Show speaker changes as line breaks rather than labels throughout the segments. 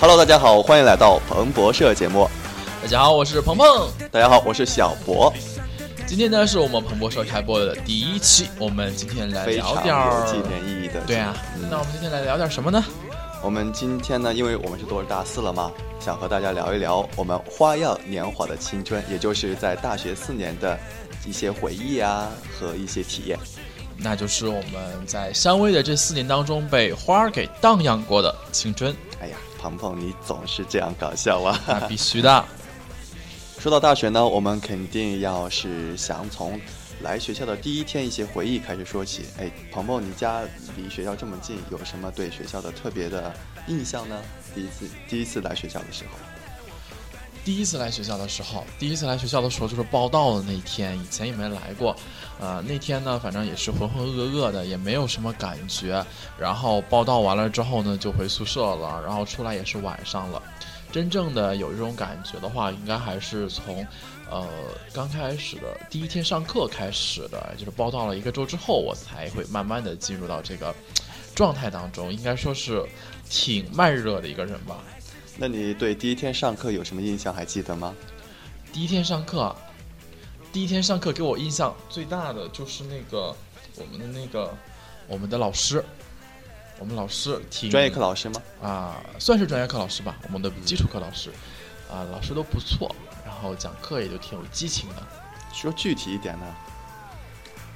Hello，大家好，欢迎来到彭博社节目。
大家好，我是鹏鹏。
大家好，我是小博。
今天呢，是我们彭博社开播的第一期，我们今天来
非
聊
常
哎点
有
儿。
纪念意义的。
对啊，
嗯
那我们今天来聊点什么呢？
我们今天呢，因为我们是都是大四了嘛，想和大家聊一聊我们花样年华的青春，也就是在大学四年的一些回忆啊和一些体验。
那就是我们在山威的这四年当中被花儿给荡漾过的青春，
哎呀，鹏鹏，你总是这样搞笑啊！
那必须的。
说到大学呢，我们肯定要是想从来学校的第一天一些回忆开始说起。哎，鹏鹏，你家离学校这么近，有什么对学校的特别的印象呢？第一次第一次来学校的时候，
第一次来学校的时候，第一次来学校的时候就是报到的那一天，以前也没来过，呃，那天呢，反正也是浑浑噩噩的，也没有什么感觉。然后报到完了之后呢，就回宿舍了，然后出来也是晚上了。真正的有这种感觉的话，应该还是从，呃，刚开始的第一天上课开始的，就是报到了一个周之后，我才会慢慢的进入到这个状态当中，应该说是挺慢热的一个人吧。
那你对第一天上课有什么印象？还记得吗？
第一天上课，啊第一天上课给我印象最大的就是那个我们的那个我们的老师，我们老师挺
专业课老师吗？
啊、算是专业课老师吧，我们的基础课老师啊、老师都不错，然后讲课也就挺有激情的。
说具体一点呢？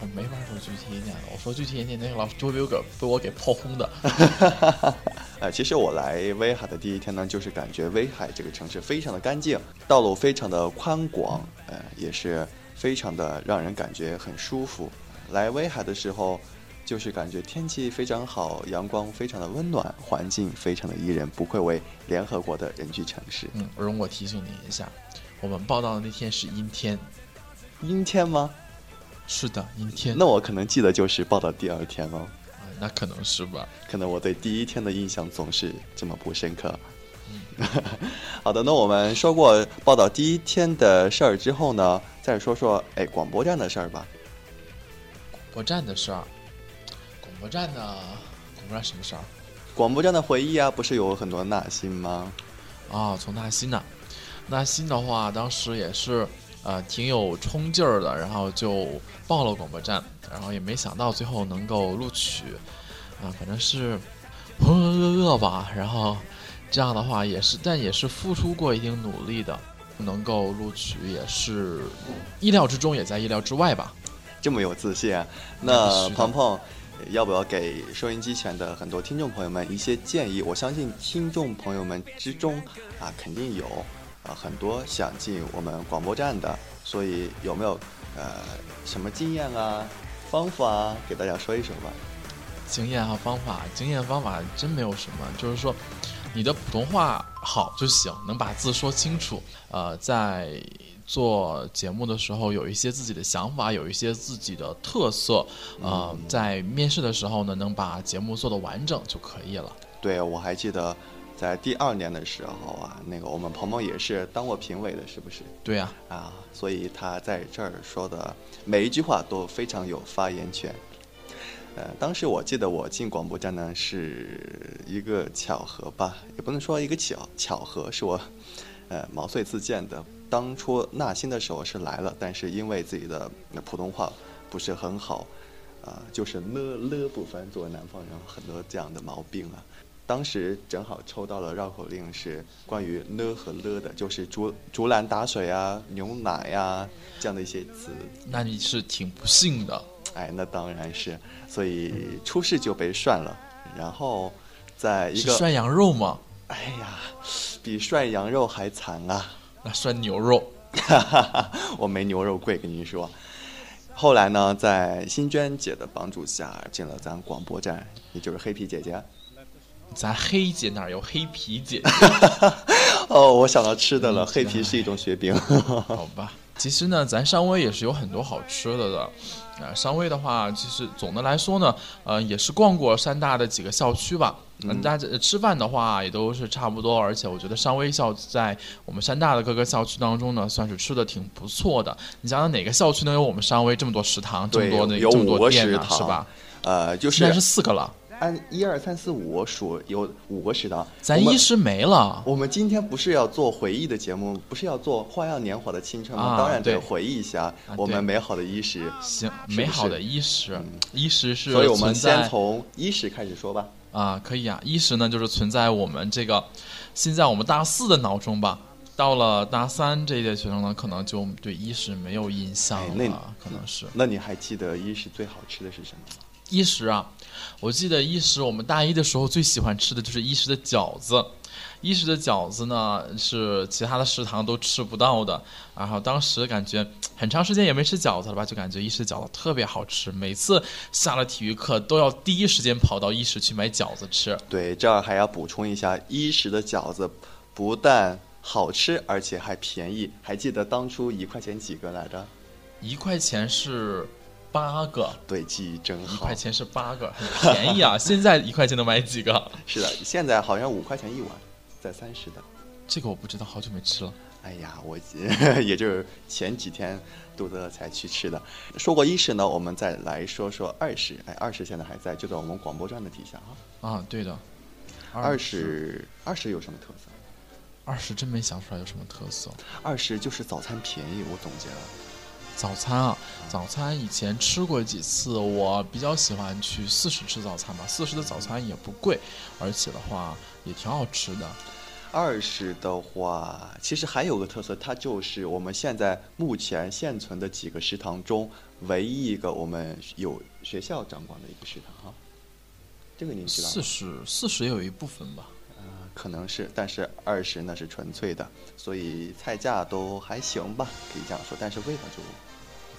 我没法说具体一点的，我说具体一点，那个老师就会被我给被我给炮 轰的。
呃，其实我来威海的第一天呢，就是感觉威海这个城市非常的干净，道路非常的宽广，呃，也是非常的让人感觉很舒服。来威海的时候，就是感觉天气非常好，阳光非常的温暖，环境非常的宜人，不愧为联合国的人居城市。
嗯，容我提醒你一下，我们报道的那天是阴天，
阴天吗？
是的，阴天。
那我可能记得就是报道第二天哦，
啊那可能是吧。
可能我对第一天的印象总是这么不深刻。 好的，那我们说过报道第一天的事儿之后呢，再说说哎广播站的事儿吧。
广播站的事儿，广播站呢？广播站什么事儿？
广播站的回忆啊，不是有很多纳新吗？
啊、从纳新那，纳新的话，当时也是呃挺有冲劲儿的，然后就报了广播站，然后也没想到最后能够录取，啊、反正是浑浑噩噩吧。然后这样的话也是，但也是付出过一定努力的，能够录取也是意料之中，也在意料之外吧。
这么有自信、啊，
那必
那
须的
鹏鹏。要不要给收音机前的很多听众朋友们一些建议？我相信听众朋友们之中啊，肯定有啊很多想进我们广播站的，所以有没有呃什么经验啊、方法啊，给大家说一说吧？
经验和方法，经验方法真没有什么，就是说，你的普通话好就行，能把字说清楚。呃，在做节目的时候，有一些自己的想法，有一些自己的特色。呃，在面试的时候呢，能把节目做得完整就可以了。
对，我还记得在第二年的时候啊，那个我们鹏鹏也是当过评委的，是不是
对呀、
啊？所以他在这儿说的每一句话都非常有发言权。呃，当时我记得我进广播站呢是一个巧合吧，也不能说一个巧巧合，是我呃毛遂自荐的。当初纳新的时候是来了，但是因为自己的呃普通话不是很好，啊、就是了了部分，作为南方人很多这样的毛病啊。当时正好抽到了绕口令，是关于了和了的，就是竹竹篮打水啊、牛奶呀、这样的一些词。
那你是挺不幸的。
哎，那当然是，所以出事就被涮了。然后，在一
是
个
涮羊肉吗？
哎呀，比涮羊肉还惨啊！
那涮牛肉。
我没牛肉贵，跟您说。后来呢，在新娟姐的帮助下，进了咱广播站，也就是黑皮姐姐。
咱黑姐哪儿有黑皮姐姐？
哦，我想到吃的了，
嗯
黑皮是一种雪 饼。
好吧，其实呢，咱商威也是有很多好吃的的。啊，商威的话，其实总的来说呢，呃，也是逛过山大的几个校区吧。嗯，大家呃吃饭的话也都是差不多，而且我觉得商威校在我们山大的各个校区当中呢，算是吃的挺不错的。你想想哪个校区能有我们商威这么多食堂，这么
对
多那
有
这么
五
多
个
店
食
呢、
堂
是吧？
呃，就
现在
是
是四个了，
按一二三四五数有五个食堂，
咱
我们
一师没了，
我们今天不是要做回忆的节目，不是要做《花样年华的青春》吗？
啊
当然
对啊
得回忆一下我
对
们美好的衣食。
行，
是
美
不
好
是
的衣食，衣食是
所以我们
存在
先从衣食开始说吧。
啊，可以啊。一是呢，就是存在我们这个现在我们大四的脑中吧。到了大三这一届学生呢，可能就对一食没有印象
哎
了，
那
可能是
那你还记得衣食最好吃的是什么吗？
一食啊。我记得一食，我们大一的时候最喜欢吃的就是一食的饺子。一食的饺子呢是其他的食堂都吃不到的，然后当时感觉很长时间也没吃饺子了吧，就感觉一食饺子特别好吃，每次下了体育课都要第一时间跑到一食去买饺子吃。
对，这儿还要补充一下，衣食的饺子不但好吃，而且还便宜。还记得当初一块钱几个来着？
一块钱是八个，
对，记忆真
一
好
块。钱是八个，很便 宜啊！现在一块钱能买几个？
是的，现在好像五块钱一碗，在三十的。
这个我不知道，好久没吃了。
哎呀，我 也就是前几天肚子饿才去吃的。说过一食呢，我们再来说说二食。哎，二食现在还在，就在我们广播站的底下啊。
啊，对的，
二
十，
食，二食有什么特色？
二十真没想出来有什么特色。
二食就是早餐便宜，我总结了。
早餐啊，早餐以前吃过几次，我比较喜欢去四十吃早餐吧。四十的早餐也不贵，而且的话也挺好吃的。
二食的话，其实还有个特色，它就是我们现在目前现存的几个食堂中唯一一个我们有学校掌管的一个食堂哈。这个您知道吗
四？十，四十也有一部分吧。
呃可能是，但是二十那是纯粹的，所以菜价都还行吧，可以这样说。但是味道就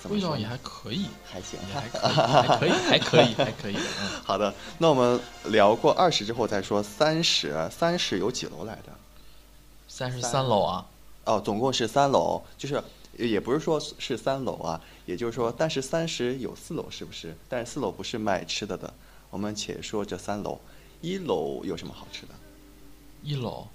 怎么
味
说
道也
呢
还可以，
还行
也
哈。
还可以，还可以，还可以，还可以。嗯，
好的，那我们聊过二十之后再说三十。三十有几楼来着？
三十
三
三楼啊，
哦，总共是三楼，就是也不是说是三楼啊，也就是说，但是三十有四楼是不是？但是四楼不是卖吃的的，我们且说这三楼，一楼有什么好吃的？
一楼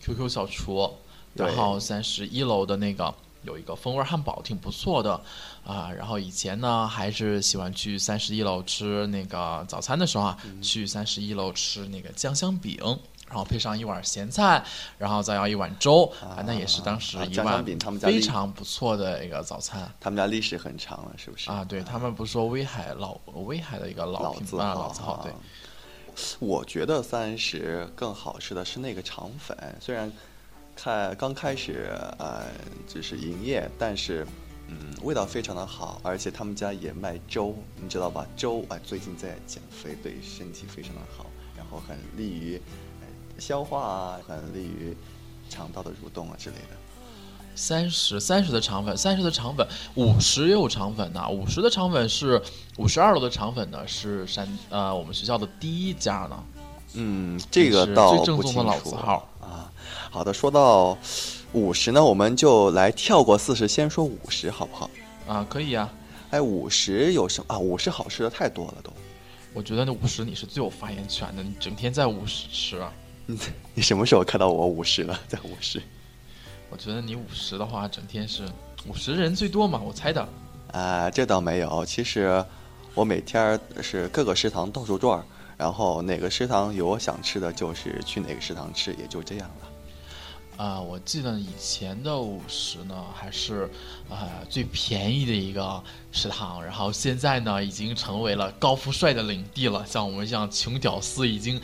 QQ 小厨，
对
然后三十一楼的那个有一个风味汉堡，挺不错的啊、然后以前呢，还是喜欢去三十一楼吃那个早餐的时候啊，
嗯
去三十一楼吃那个酱香饼。然后配上一碗咸菜，然后再要一碗粥，啊，那也是当时
啊
一
酱香
碗
饼他们家
非
立
常不错的一个早餐
他们家历史很长了，是不是？
啊。对他们不是说威海老威海的一个老
老
品
字
牌
号
啊，老字号对，
我觉得三十更好吃的是那个肠粉，虽然看刚开始呃就是营业，但是嗯味道非常的好，而且他们家也卖粥，你知道吧？粥哎、最近在减肥，对身体非常的好，然后很利于、呃消化啊，很利于肠道的蠕动啊之类的。
三十三十的肠粉，三十的肠粉，五十也有肠粉呐、五十的肠粉是五十二楼的肠粉呢，是山呃我们学校的第一家呢，
嗯，这个
是
倒
最正
不
宗
清
的
楚
老字号
啊。好的，说到五十呢，我们就来跳过四十，先说五十好不好？
啊，可以啊，
哎，五十有什么啊？五十好吃的太多了都。
我觉得那五十你是最有发言权的，你整天在五十啊吃，
你你什么时候看到我五十了？在五十
我觉得你五十的话，整天是五十人最多嘛，我猜的，
啊？这倒没有，其实我每天儿是各个食堂到处转儿，然后哪个食堂有我想吃的，就是去哪个食堂吃，也就这样了。
啊、我记得以前的五十呢，还是呃最便宜的一个食堂，然后现在呢，已经成为了高富帅的领地了。像我们这样穷屌丝，已经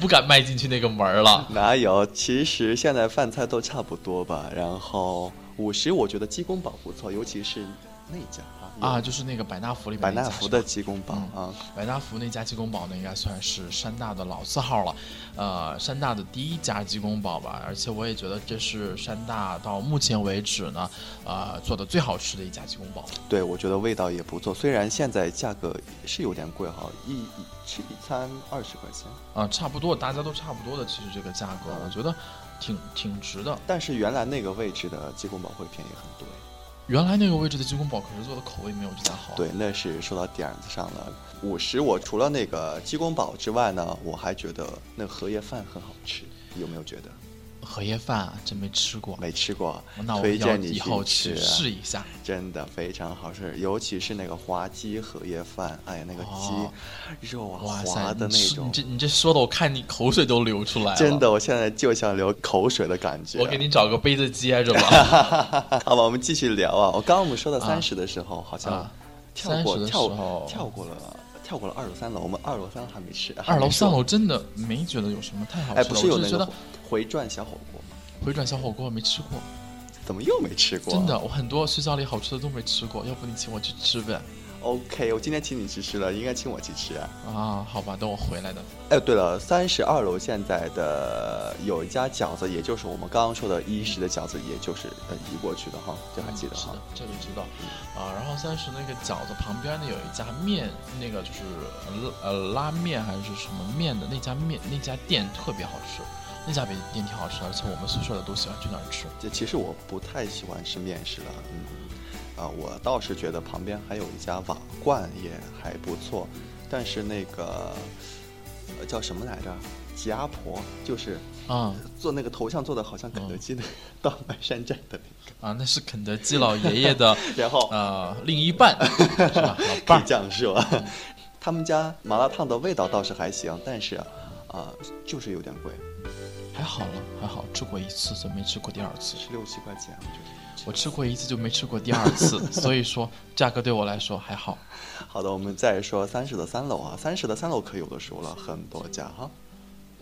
不敢迈进去那个门儿了。
哪有？其实现在饭菜都差不多吧。然后五十，我觉得鸡公煲不错，尤其是那家
啊，，就是那个百纳福里
有
面
百
那
纳
家
福
是
的
吧
鸡公煲
嗯
啊。
百纳福那家鸡公煲呢，应该算是山大的老字号了，呃，山大的第一家鸡公煲吧。而且我也觉得这是山大到目前为止呢，呃，做的最好吃的一家鸡公煲。
对，我觉得味道也不错。虽然现在价格是有点贵哈，一一吃一餐二十块钱，
啊，差不多，大家都差不多的。其实这个价格，我觉得挺挺值的。
但是原来那个位置的鸡公煲会便宜很多。
原来那个位置的鸡公煲可是做的口味没有这家好。
对，那是说到点儿子上了。五十，我除了那个鸡公煲之外呢，我还觉得那个荷叶饭很好吃，有没有觉得？
荷叶饭啊真没吃过，
没吃过，
哦
啊
那我
推
要
荐你
以后
去
去
吃啊
试一下。
真的非常好吃，尤其是那个滑鸡荷叶饭，哎呀，那个鸡、
哦
肉啊
哇
滑
塞，
的
你
那
吃
种
你，这你这说的，我看你口水都流出来了。
真的，，我现在就想流口水的感觉。
我给你找个杯子接着吧。
好吧，我们继续聊啊。我刚刚我们说到
啊
三十的时候，好像
啊
跳过、
30的时
跳
候
跳过了跳过了二楼三楼，我们二楼三楼还没吃，还
二楼、
没说
三楼真的没觉得有什么太好吃的，
哎，不是有
我只
那
是觉
个
得
火回转小火锅吗？
回转小火锅我没吃过，
怎么又没吃过？啊
真的，我很多学校里好吃的都没吃过，要不你请我去吃呗？
？OK，我今天请你去吃了，应该请我去吃啊。
啊，好吧，等我回来的。
哎，对了，三十二楼现在的有一家饺子，也就是我们刚刚说的一十的饺子，也就是呃移过去的哈，这还记得
嗯是
哈
的。，这个知道。啊，然后三十那个饺子旁边呢有一家面，那个就是呃拉面还是什么面的那家面那家店特别好吃，那家比店挺好吃的，而且我们宿舍的都喜欢去那儿吃。
这其实我不太喜欢吃面食了，嗯，啊，我倒是觉得旁边还有一家瓦罐也还不错，但是那个、呃叫什么来着？吉阿婆，就是
啊、
做那个头像做的好像肯
嗯
德基的 大白山寨的那个，
啊，那是肯德基老爷爷的
然后
呃另一 半，是吧？老
可以
伴儿
这样说， 他们家麻辣烫的味道倒是还行，但是啊、就是有点贵，
还好了，还好吃过一次就没吃过第二次，
十六七块钱，我觉得。
我吃过一次就没吃过第二次，所以说价格对我来说还好。
好的，我们再说三十的三楼啊，三十的三楼可有的说了很多家哈，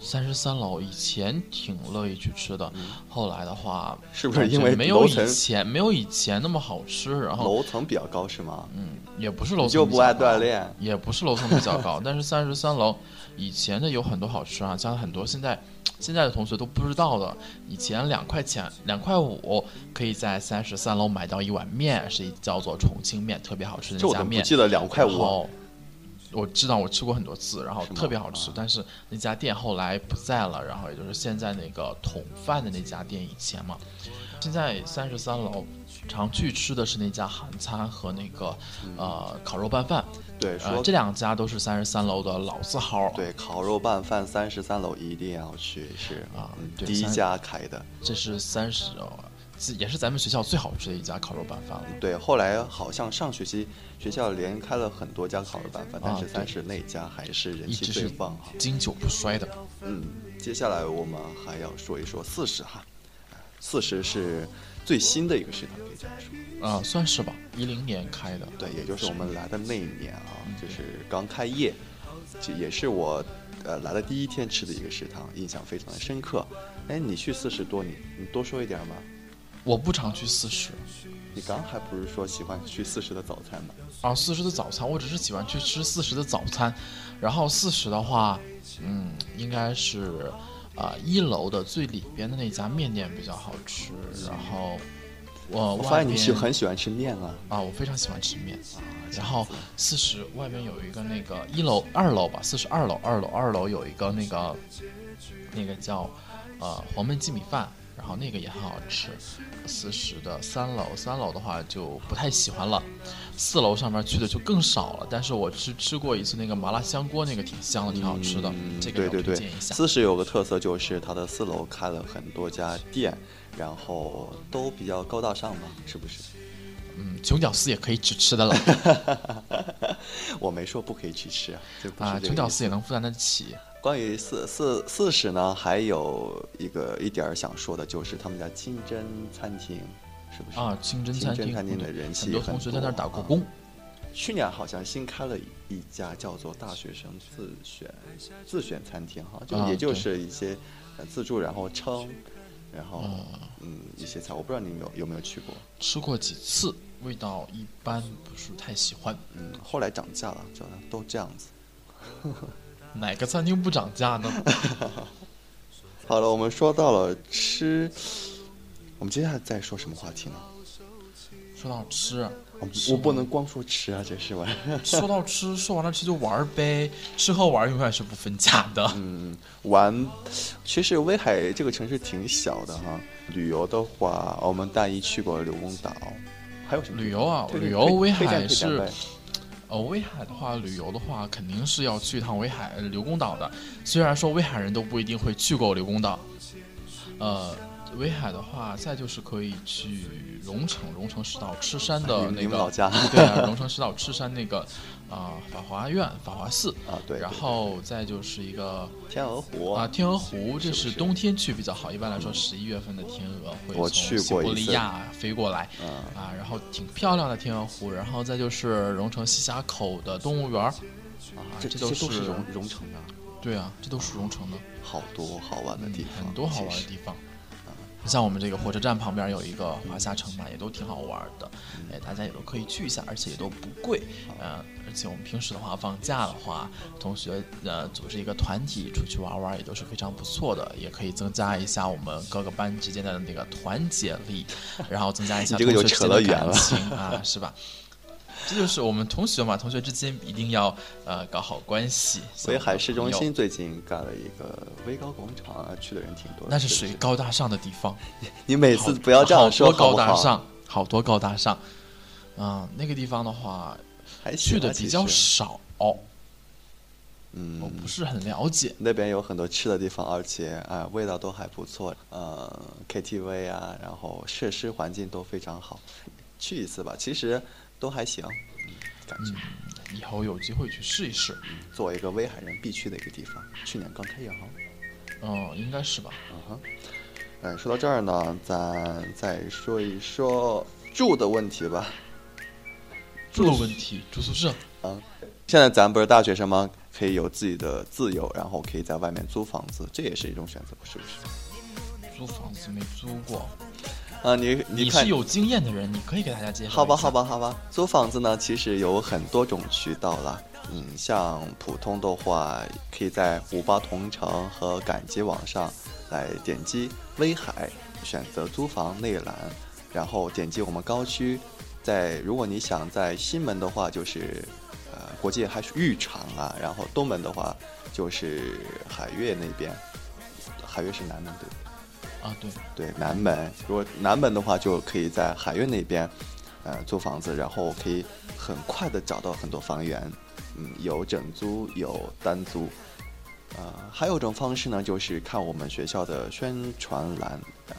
三十三楼以前挺乐意去吃的，后来的话，
嗯是不是
感觉
因为
没
楼
有
层
以前没有以前那么好吃？然后
楼层比较高是吗？
哦嗯，也不是楼层
你就
比
不
较
爱
高
锻炼
也不是楼层比较 高，但是三十三楼以前的有很多好吃啊，像很多现在现在的同学都不知道的，以前两块钱两块五可以在三十三楼买到一碗面，是叫做重庆面，特别好吃的
这
一
我
家
怎么
面
不。记得两块
然
五？
后我知道我吃过很多次，然后
是吗
特别好吃
啊，
但是那家店后来不在了，然后也就是现在那个桶饭的那家店以前嘛，现在三十三楼常去吃的是那家韩餐和那个呃烤肉拌饭，
嗯对，
呃
说
这两家都是三十三楼的老字号，，
对烤肉拌饭三十三楼一定要去，是
啊
嗯
对
第一
三
家开的。
这是三十。呃也是咱们学校最好吃的一家烤肉拌饭了。
嗯对，后来好像上学期学校连开了很多家烤肉拌饭，但
啊
是
对
三十那家还是人
一
气
直
最
是
棒啊哈。
经久不衰的，
嗯，接下来我们还要说一说四十哈，四十是最新的一个食堂，可以这样说。
啊、算是吧，一零年开的，
对，也就是我们来的那一年啊，就是刚开业，这也是我呃来的第一天吃的一个食堂，印象非常的深刻。哎，你去四十多，你你多说一点嘛。
我不常去四十，
你刚还不是说喜欢去四十的早餐吗？
啊，四十的早餐，我只是喜欢去吃四十的早餐。然后四十的话，嗯，应该是啊、一楼的最里边的那家面店比较好吃。然后呃我
我
外
发现你喜
边
很喜欢吃面啊。
啊，我非常喜欢吃面。啊然后四十外面有一个那个一楼、二楼吧，四十二楼、二楼、二楼有一个那个那个叫呃黄焖鸡米饭，然后那个也很好吃。四十的三楼，三楼的话就不太喜欢了，四楼上面去的就更少了。但是我吃吃过一次那个麻辣香锅，那个挺香的，挺好吃的，
嗯
这个
对
要
对
推
对
荐，一下。
四十有个特色就是它的四楼开了很多家店，然后都比较高大上吧，是不是？
嗯，穷屌丝也可以去吃的了
我没说不可以去吃啊，这不是
啊，
这个
穷
意
屌
思
丝也能负担得起。
关于四四四十呢，还有一个一点儿想说的，就是他们家清真餐厅，是不是？
啊，清真
清
餐
真
厅，
餐厅的
对
人气
很多
很
同学在那儿
多
打过
啊
工。
去年好像新开了一家叫做“大学生自选自选餐厅”哈，就
啊
也就
对
是一些呃自助，然后称，然后嗯一些菜，我不知道你有没有有没有去过。
吃过几次，味道一般，不是太喜欢。
嗯，后来涨价了，就都这样子。
嗯哪个餐厅不涨价呢？
好了，我们说到了吃，我们接下来再说什么话题呢？
说到吃，
我们
吃
我不
吗
能光说吃啊，这是吧？
说到吃，说完了吃就玩儿呗，吃和玩儿永远是不分家的。
嗯，玩，其实威海这个城市挺小的哈。旅游的话，我们大一去过刘公岛，还有什么地
旅
方？
游啊，
推
旅游威
推荐
海
推荐
是
呗，
呃，威海的话，旅游的话，肯定是要去一趟威海呃刘公岛的。虽然说威海人都不一定会去过刘公岛，呃，威海的话，再就是可以去荣城，荣城石岛赤山的
哎你们
那
你们
个
老，家
对啊， 荣城石岛赤山那个啊、法华院、法华寺，
啊？对，
然
对
后再就是一个
天鹅湖
啊，天鹅湖，这
是不
是
是
冬天去比较好。一般来说，十一月份的天鹅会
我
从
去
西
过一
伯利
次
亚飞过来
嗯，
啊，然后挺漂亮的天鹅湖。然后再就是荣成西峡口的动物园儿，
啊
这都
些都
是
是荣荣城的，
对啊，这都属荣成的，
好多好玩的地
嗯
方，
很多好
其
玩的
实嗯
地方。像我们这个火车站旁边有一个华夏城嘛，也都挺好玩的，
嗯
哎，大家也都可以去一下，而且也都不贵，呃，而且我们平时的话，放假的话，同学呃组织一个团体出去玩玩，也都是非常不错的，也可以增加一下我们各个班之间的那个团结 力，然后增加一下
你这
同
个就
学之
扯
间
得
的
远了
感情啊， 是吧？这就是我们同学嘛，同学之间一定要呃搞好关系。
威海市中
像我们的朋友
心最近盖了一个威高广场，啊，去的人挺多的。
那是
对
属于
对
高大上的地方。
你每次不要这样说，
好
好
多高
不
大
好？
上，好多高大上。嗯，那个地方的话，
还行
去
啊
的比较
其实
少，我
嗯，
不是很了解。
那边有很多吃的地方，而且啊、味道都还不错，呃，KTV 啊，然后设施环境都非常好，去一次吧，其实都还行，嗯感觉
嗯，以后有机会去试一试。
作为一个威海人必去的一个地方，去年刚开业哈。
嗯，应该是吧。
嗯哼，嗯，说到这儿呢，咱再说一说住的问题吧。
住的问题，住宿舍。
啊，现在咱不是大学生吗？可以有自己的自由，然后可以在外面租房子，这也是一种选择，是不是？
租房子没租过，
啊，你
你
看
是有经验的人，你可以给大家介绍。
好吧，好，吧，好吧。租房子呢，其实有很多种渠道啦。嗯，像普通的话，可以在五八同城和赶集网上来点击威海，选择租房内栏，然后点击我们高区。在如果你想在西门的话，就是呃国际还是浴场啊，然后东门的话就是海悦那边，海悦是南门对吧？
啊，对，
对南门，如果南门的话，就可以在海悦那边，呃，租房子，然后可以很快的找到很多房源，嗯，有整租，有单租，呃，还有一种方式呢，就是看我们学校的宣传栏，呃，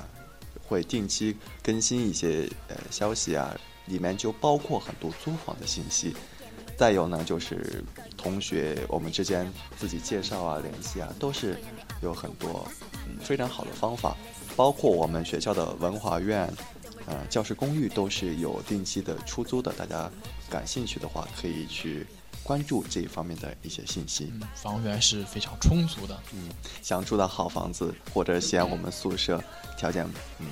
会定期更新一些呃消息啊，里面就包括很多租房的信息。再有呢，就是同学我们之间自己介绍啊、联系啊，都是有很多嗯非常好的方法，包括我们学校的文华院，呃，教师公寓都是有定期的出租的。大家感兴趣的话，可以去关注这一方面的一些信息。
嗯，房源是非常充足的。
嗯，想住到好房子，或者嫌我们宿舍条件嗯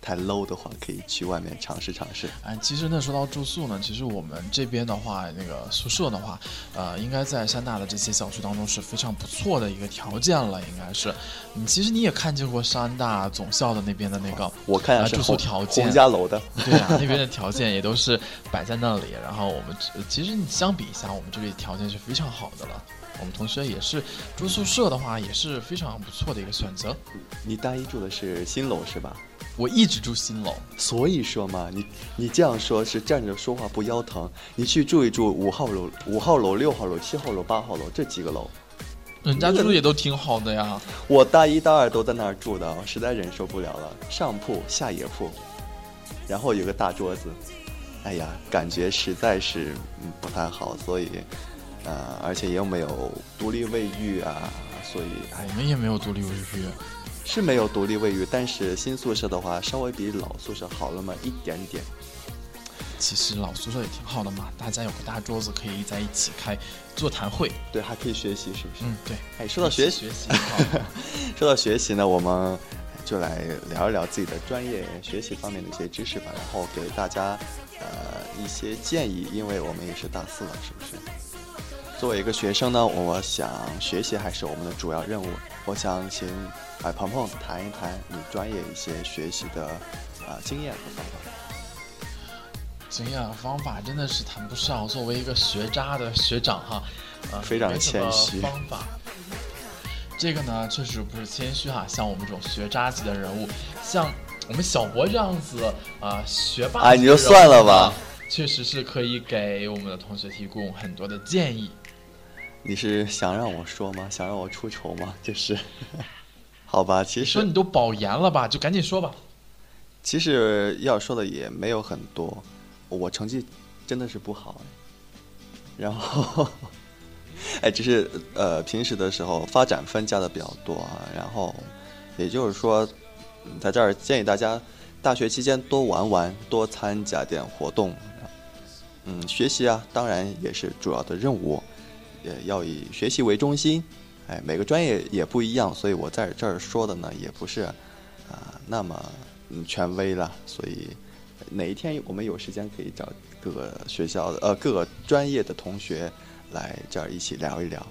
太 low 的话，可以去外面尝试尝试。
哎，其实呢，说到住宿呢，其实我们这边的话，那个宿舍的话，呃，应该在山大的这些小区当中是非常不错的一个条件了，应该是。你其实你也看见过山大总校的那边的那个，
我看
啊
是
住宿
红
条件
红家楼的，
对啊，那边的条件也都是摆在那里。然后我们呃其实你相比一下，我们这里条件是非常好的了。我们同学也是住宿舍的话，也是非常不错的一个选择。
你大一住的是新楼是吧？
我一直住新楼，
所以说嘛，你你这样说是站着说话不腰疼，你去住一住五号楼、五号楼、六号楼、七号楼、八号楼这几个楼，
人家住的也都挺好的呀。
我大一、大二都在那儿住的，我实在忍受不了了，上铺、下野铺，然后有个大桌子，哎呀，感觉实在是嗯不太好，所以，呃，而且也没有独立卫浴啊，所以哎
我们也没有独立卫浴。
是没有独立卫浴，但是新宿舍的话稍微比老宿舍好那么一点点。
其实老宿舍也挺好的嘛，大家有个大桌子可以在一起开座谈会。
对，还可以学习，是不是？
嗯，对。
哎，说到学习，
学习也好，
说到学习呢，我们就来聊一聊自己的专业学习方面的一些知识吧，然后给大家呃一些建议，因为我们也是大四了，是不是？作为一个学生呢，我想学习还是我们的主要任务。我想请哎鹏鹏谈一谈你专业一些学习的啊、呃经验和方法。
经验和方法真的是谈不上。作为一个学渣的学长哈，呃，
非常
没什么
谦虚
方法。这个呢，确实不是谦虚哈，像我们这种学渣级的人物，像我们小博这样子啊、学霸，
哎你就算了吧，
确实是可以给我们的同学提供很多的建议。
你是想让我说吗？想让我出丑吗？就是， 好吧，其
说
实
你都保研了吧，就赶紧说吧。
其实要说的也没有很多，我成绩真的是不好，然后， 哎，只是呃平时的时候发展分家的比较多啊，然后也就是说，嗯在这儿建议大家大学期间多玩玩，多参加点活动，嗯，学习啊当然也是主要的任务，也呃要以学习为中心，哎，每个专业也不一样，所以我在这儿说的呢也不是。啊，那么嗯权威了，所以哪一天我们有时间可以找各个学校的呃各个专业的同学来这儿一起聊一聊。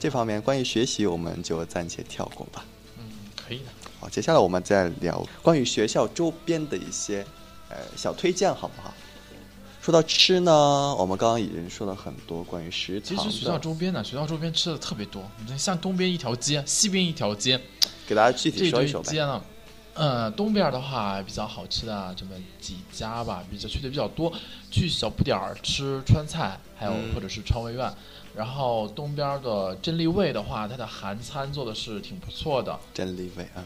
这方面关于学习我们就暂且跳过吧。
嗯，可以的。
好，接下来我们再聊关于学校周边的一些呃小推荐，好不好？说到吃呢，我们刚刚已经说了很多关于食
其
堂
实学校
的，
周边呢，学校周边吃的特别多。你看，像东边一条街，西边一条街，
给大家具体
这
说
堆
一说
街
呗。
呢，呃，东边的话比较好吃的这么几家吧，比较去的比较多，去小不点儿吃川菜，还有
嗯
或者是川味苑。然后东边的真立味的话，它的韩餐做的是挺不错的，
真理伟啊，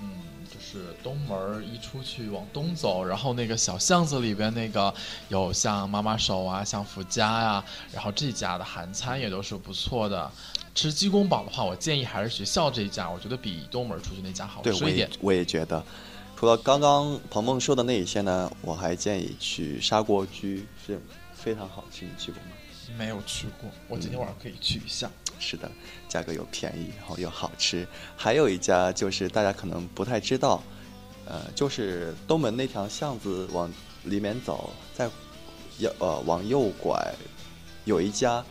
嗯，就是东门儿一出去往东走，然后那个小巷子里边那个有像妈妈手啊，像福家呀、然后这家的韩餐也都是不错的。吃鸡公煲的话，我建议还是学校这一家，我觉得比东门儿出去那家好
对，我
吃一
也
点。
我也觉得，除了刚刚鹏鹏说的那一些呢，我还建议去砂锅居是非常好吃，你去过吗？
没有去过，我今天晚上可以去一下。
是的，价格又便宜，然后又好吃。还有一家就是大家可能不太知道，呃，就是东门那条巷子往里面走，再右呃往右拐，有一家，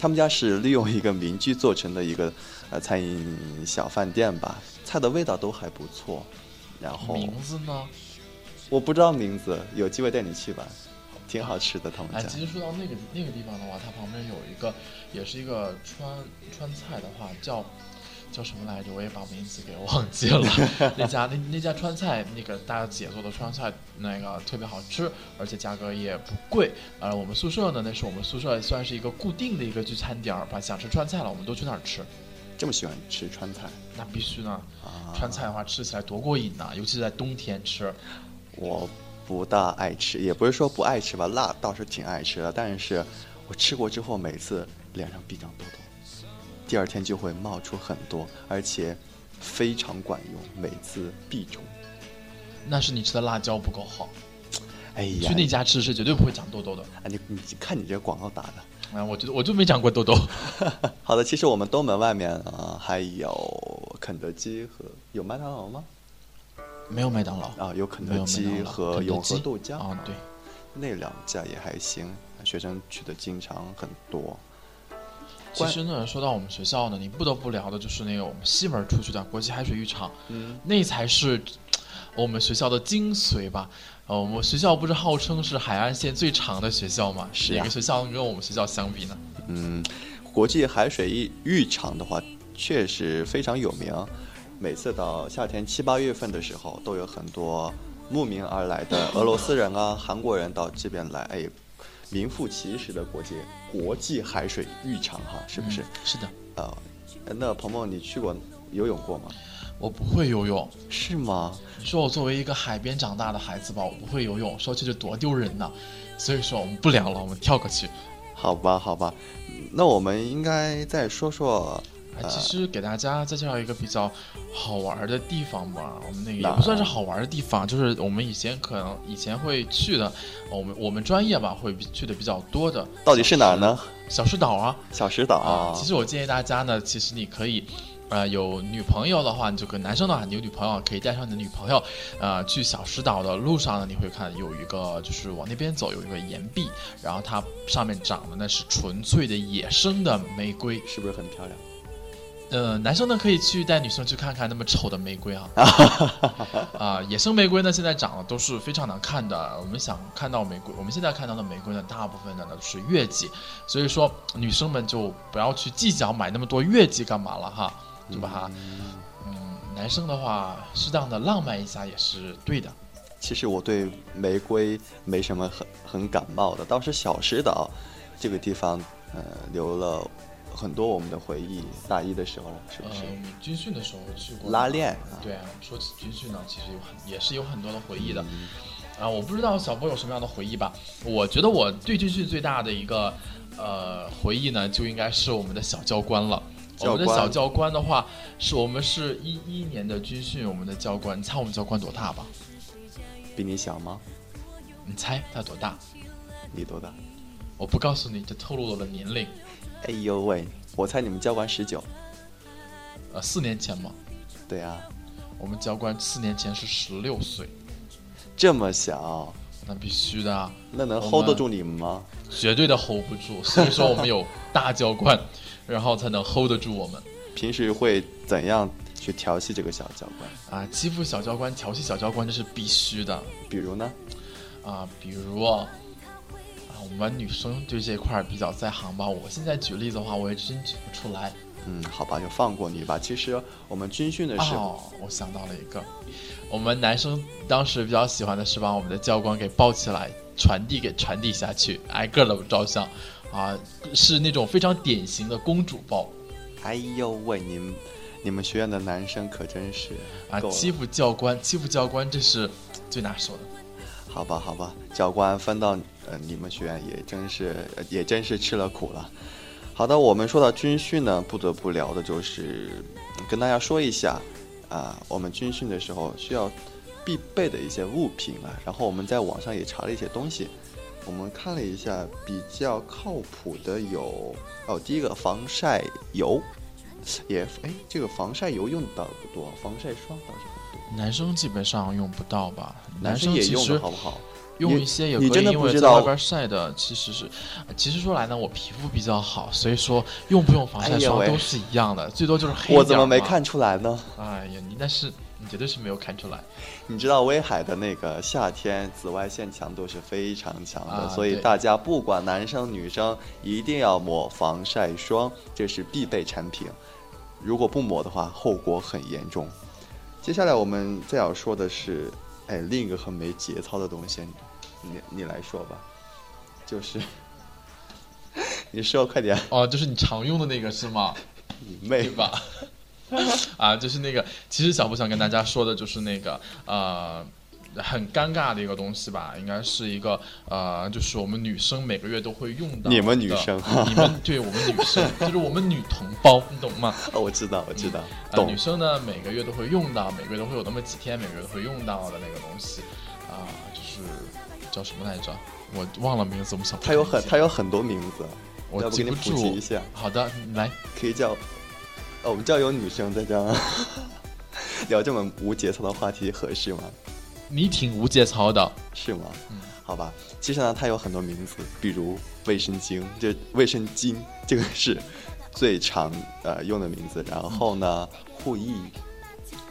他们家是利用一个民居做成的一个呃餐饮小饭店吧，菜的味道都还不错。然后
名字呢？
我不知道名字，有机会带你去吧，挺好吃的他们
哎，
家
其。实说到那个那个地方的话，它旁边有一个，也是一个川川菜的话，叫叫什么来着？我也把名字给忘记了。 那家那那家川菜，那个大姐做的川菜，那个特别好吃，而且价格也不贵。呃，我们宿舍呢，那是我们宿舍算是一个固定的一个聚餐点儿吧。想吃川菜了，我们都去那儿吃。
这么喜欢吃川菜
那必须呢，
啊？
川菜的话吃起来多过瘾呐、尤其是在冬天吃。
我不大爱吃，也不是说不爱吃吧，辣倒是挺爱吃的，但是我吃过之后，每次脸上必长痘痘，第二天就会冒出很多，而且非常管用，每次必中。
那是你吃的辣椒不够好，
哎呀，
去那家吃是绝对不会长痘痘的。
啊你你看你这广告打的。
啊，我觉得我就没长过痘痘。
好的， 其实我们东门外面啊、呃还有肯德基和有麦当劳吗？
没有麦当劳，
啊，有肯
没
德
有麦当
基
劳
和
肯德
永和
基
豆浆
啊，对，
那两家也还行，学生去的经常很多。
其实呢，说到我们学校呢，你不得不聊的就是那个我们西门出去的国际海水浴场，
嗯，
那才是我们学校的精髓吧。呃，我们学校不是号称是海岸线最长的学校吗？
是啊
哪个学校能跟我们学校相比呢？
嗯，国际海水浴浴场的话，确实非常有名。每次到夏天七八月份的时候，都有很多慕名而来的俄罗斯人啊、韩国人到这边来，哎，名副其实的国际国际海水浴场哈，是不是？
嗯是的，
啊、那鹏鹏，你去过游泳过吗？
我不会游泳。
是吗？
你说我作为一个海边长大的孩子吧，我不会游泳，说起这多丢人呐。所以说我们不聊了，我们跳过去。
好吧，好吧，那我们应该再说说
哎，其实给大家再介绍一个比较好玩儿的地方吧。我们那个
哪啊
也不算是好玩儿的地方，就是我们以前可能以前会去的，我们我们专业吧会比去的比较多的。
到底是哪儿？呢？
小石岛啊
小石岛啊
其实我建议大家呢，其实你可以。呃，有女朋友的话，你就跟男生的话，你有女朋友可以带上你的女朋友，呃，去小石岛的路上呢，你会看有一个就是往那边走有一个岩壁，然后它上面长的那是纯粹的野生的玫瑰，
是不是很漂亮？
呃，男生呢可以去带女生去看看那么丑的 玫瑰啊，啊、野生玫瑰呢现在长得都是非常难看的。我们想看到玫瑰，我们现在看到的玫瑰呢，大部分呢都是月季，所以说女生们就不要去计较买那么多月季干嘛了哈，对吧哈？
嗯
嗯，男生的话，适当的浪漫一下也是对的。
其实我对玫瑰没什么很很感冒的，倒是小石岛这个地方，呃，留了很多我们的回忆，大一的时候是
呃
不是？，
我们军训的时候去过
拉练啊
对啊，说起军训呢，其实有很也是有很多的回忆的。
嗯
啊，我不知道小波有什么样的回忆吧？我觉得我对军训最大的一个呃回忆呢，就应该是我们的小教官了。我们的
教官
小教官的话，是我们是一一年的军训，我们的教官，你猜我们教官多大吧？
比你小吗？
你猜他多大？
你多大？
我不告诉你，这透露了我的年龄。
哎呦喂，我猜你们教官十九。
呃，四年前嘛，
对啊，
我们教官四年前是十六岁，
这么小，
那必须的啊。
那能
我
hold 得
们
住你们吗？
绝对的 hold 不住，所以说我们有大教官，然后才能 hold 得住我们
平时会怎样去调戏这个小教官？
啊！欺负小教官、调戏小教官这是必须的
比如呢？
啊！比如啊，我们女生对这块儿比较在行吧，我现在举例子的话，我也真举不出来。
嗯，好吧，就放过你吧。其实我们军训的时候，
哦，我想到了一个，我们男生当时比较喜欢的是把我们的教官给抱起来，传递给传递下去，挨个的照相，啊，是那种非常典型的公主抱。
哎呦喂，你们你们学院的男生可真是
啊，
够了
欺负教官，欺负教官，这是最拿手的。
好吧，好吧，教官分到呃你们学院也真是呃也真是吃了苦了。好的，我们说到军训呢，不得不聊的就是嗯跟大家说一下啊，我们军训的时候需要必备的一些物品啊。然后我们在网上也查了一些东西，我们看了一下比较靠谱的有哦，第一个防晒油，也哎这个防晒油用的倒不多，防晒霜倒是很多，
男生基本上用不到吧？
男
生
生也
其
用
实
的好不好？
用一些也可
你
以，
你真的
因
不
为
知
在
道
外边晒的其实是，其实说来呢，我皮肤比较好，所以说用不用防晒
哎
霜
呦喂
都是一样的，最多就是黑。
我怎么没？看出来呢？
哎呀，你那是你绝对是没有看出来。
你知道威海的那个夏天紫外线强度是非常强的，
啊
所以
对
大家不管男生女生，一定要抹防晒霜，这是必备产品。如果不抹的话，后果很严重。接下来我们再要说的是，哎，另一个很没节操的东西，你你来说吧，就是 你说快点，
哦，就是你常用的那个是吗？
你妹
对！吧？啊，就是那个，其实小布想跟大家说的就是那个呃，很尴尬的一个东西吧，应该是一个呃，就是我们女生每个月都会用到的。
你们女生
你们对我们女生，就是我们女同胞，你懂吗？
哦我知道，我知道，
呃，
懂
女。生呢每个月都会用到，每个月都会有那么几天，每个月都会用到的那个东西，啊、就是叫什么来着？我忘了名字，我们小
它有很它
有
有很多名字，
我
要不
记
给你
不
普及
住
一。下。
好的，你来，
可以叫，呃，我们叫有女生在这儿 聊这么无节操的话题合适吗？
你挺无节操的。
是吗？
嗯
好吧，其实呢，它有很多名字，比如卫生巾，这卫生巾这个是最常呃用的名字。然后呢，护翼，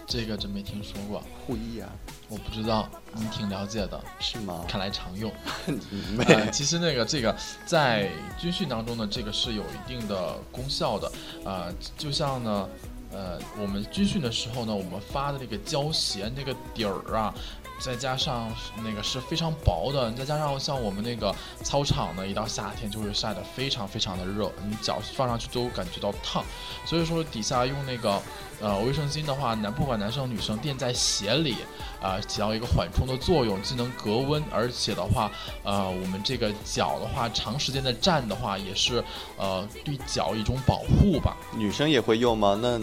这个真没听说过，
护翼啊，
我不知道，你挺了解的，
是 吗？
看来常用。
你妹，
呃，其实那个这个在军训当中呢，这个是有一定的功效的。呃，就像呢，呃，我们军训的时候呢，我们发的那个胶鞋那个底儿啊。再加上那个是非常薄的，再加上像我们那个操场呢，一到夏天就会晒得非常非常的热，你脚放上去都感觉到烫，所以说底下用那个呃卫生巾的话，男不管男生女生垫在鞋里，啊、起到一个缓冲的作用，既能隔温，而且的话，呃，我们这个脚的话，长时间的站的话，也是呃对脚一种保护吧。
女生也会用吗？那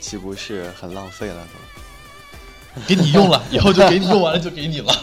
岂不是很浪费了？
给你用了，以后就给你用完了就给你了。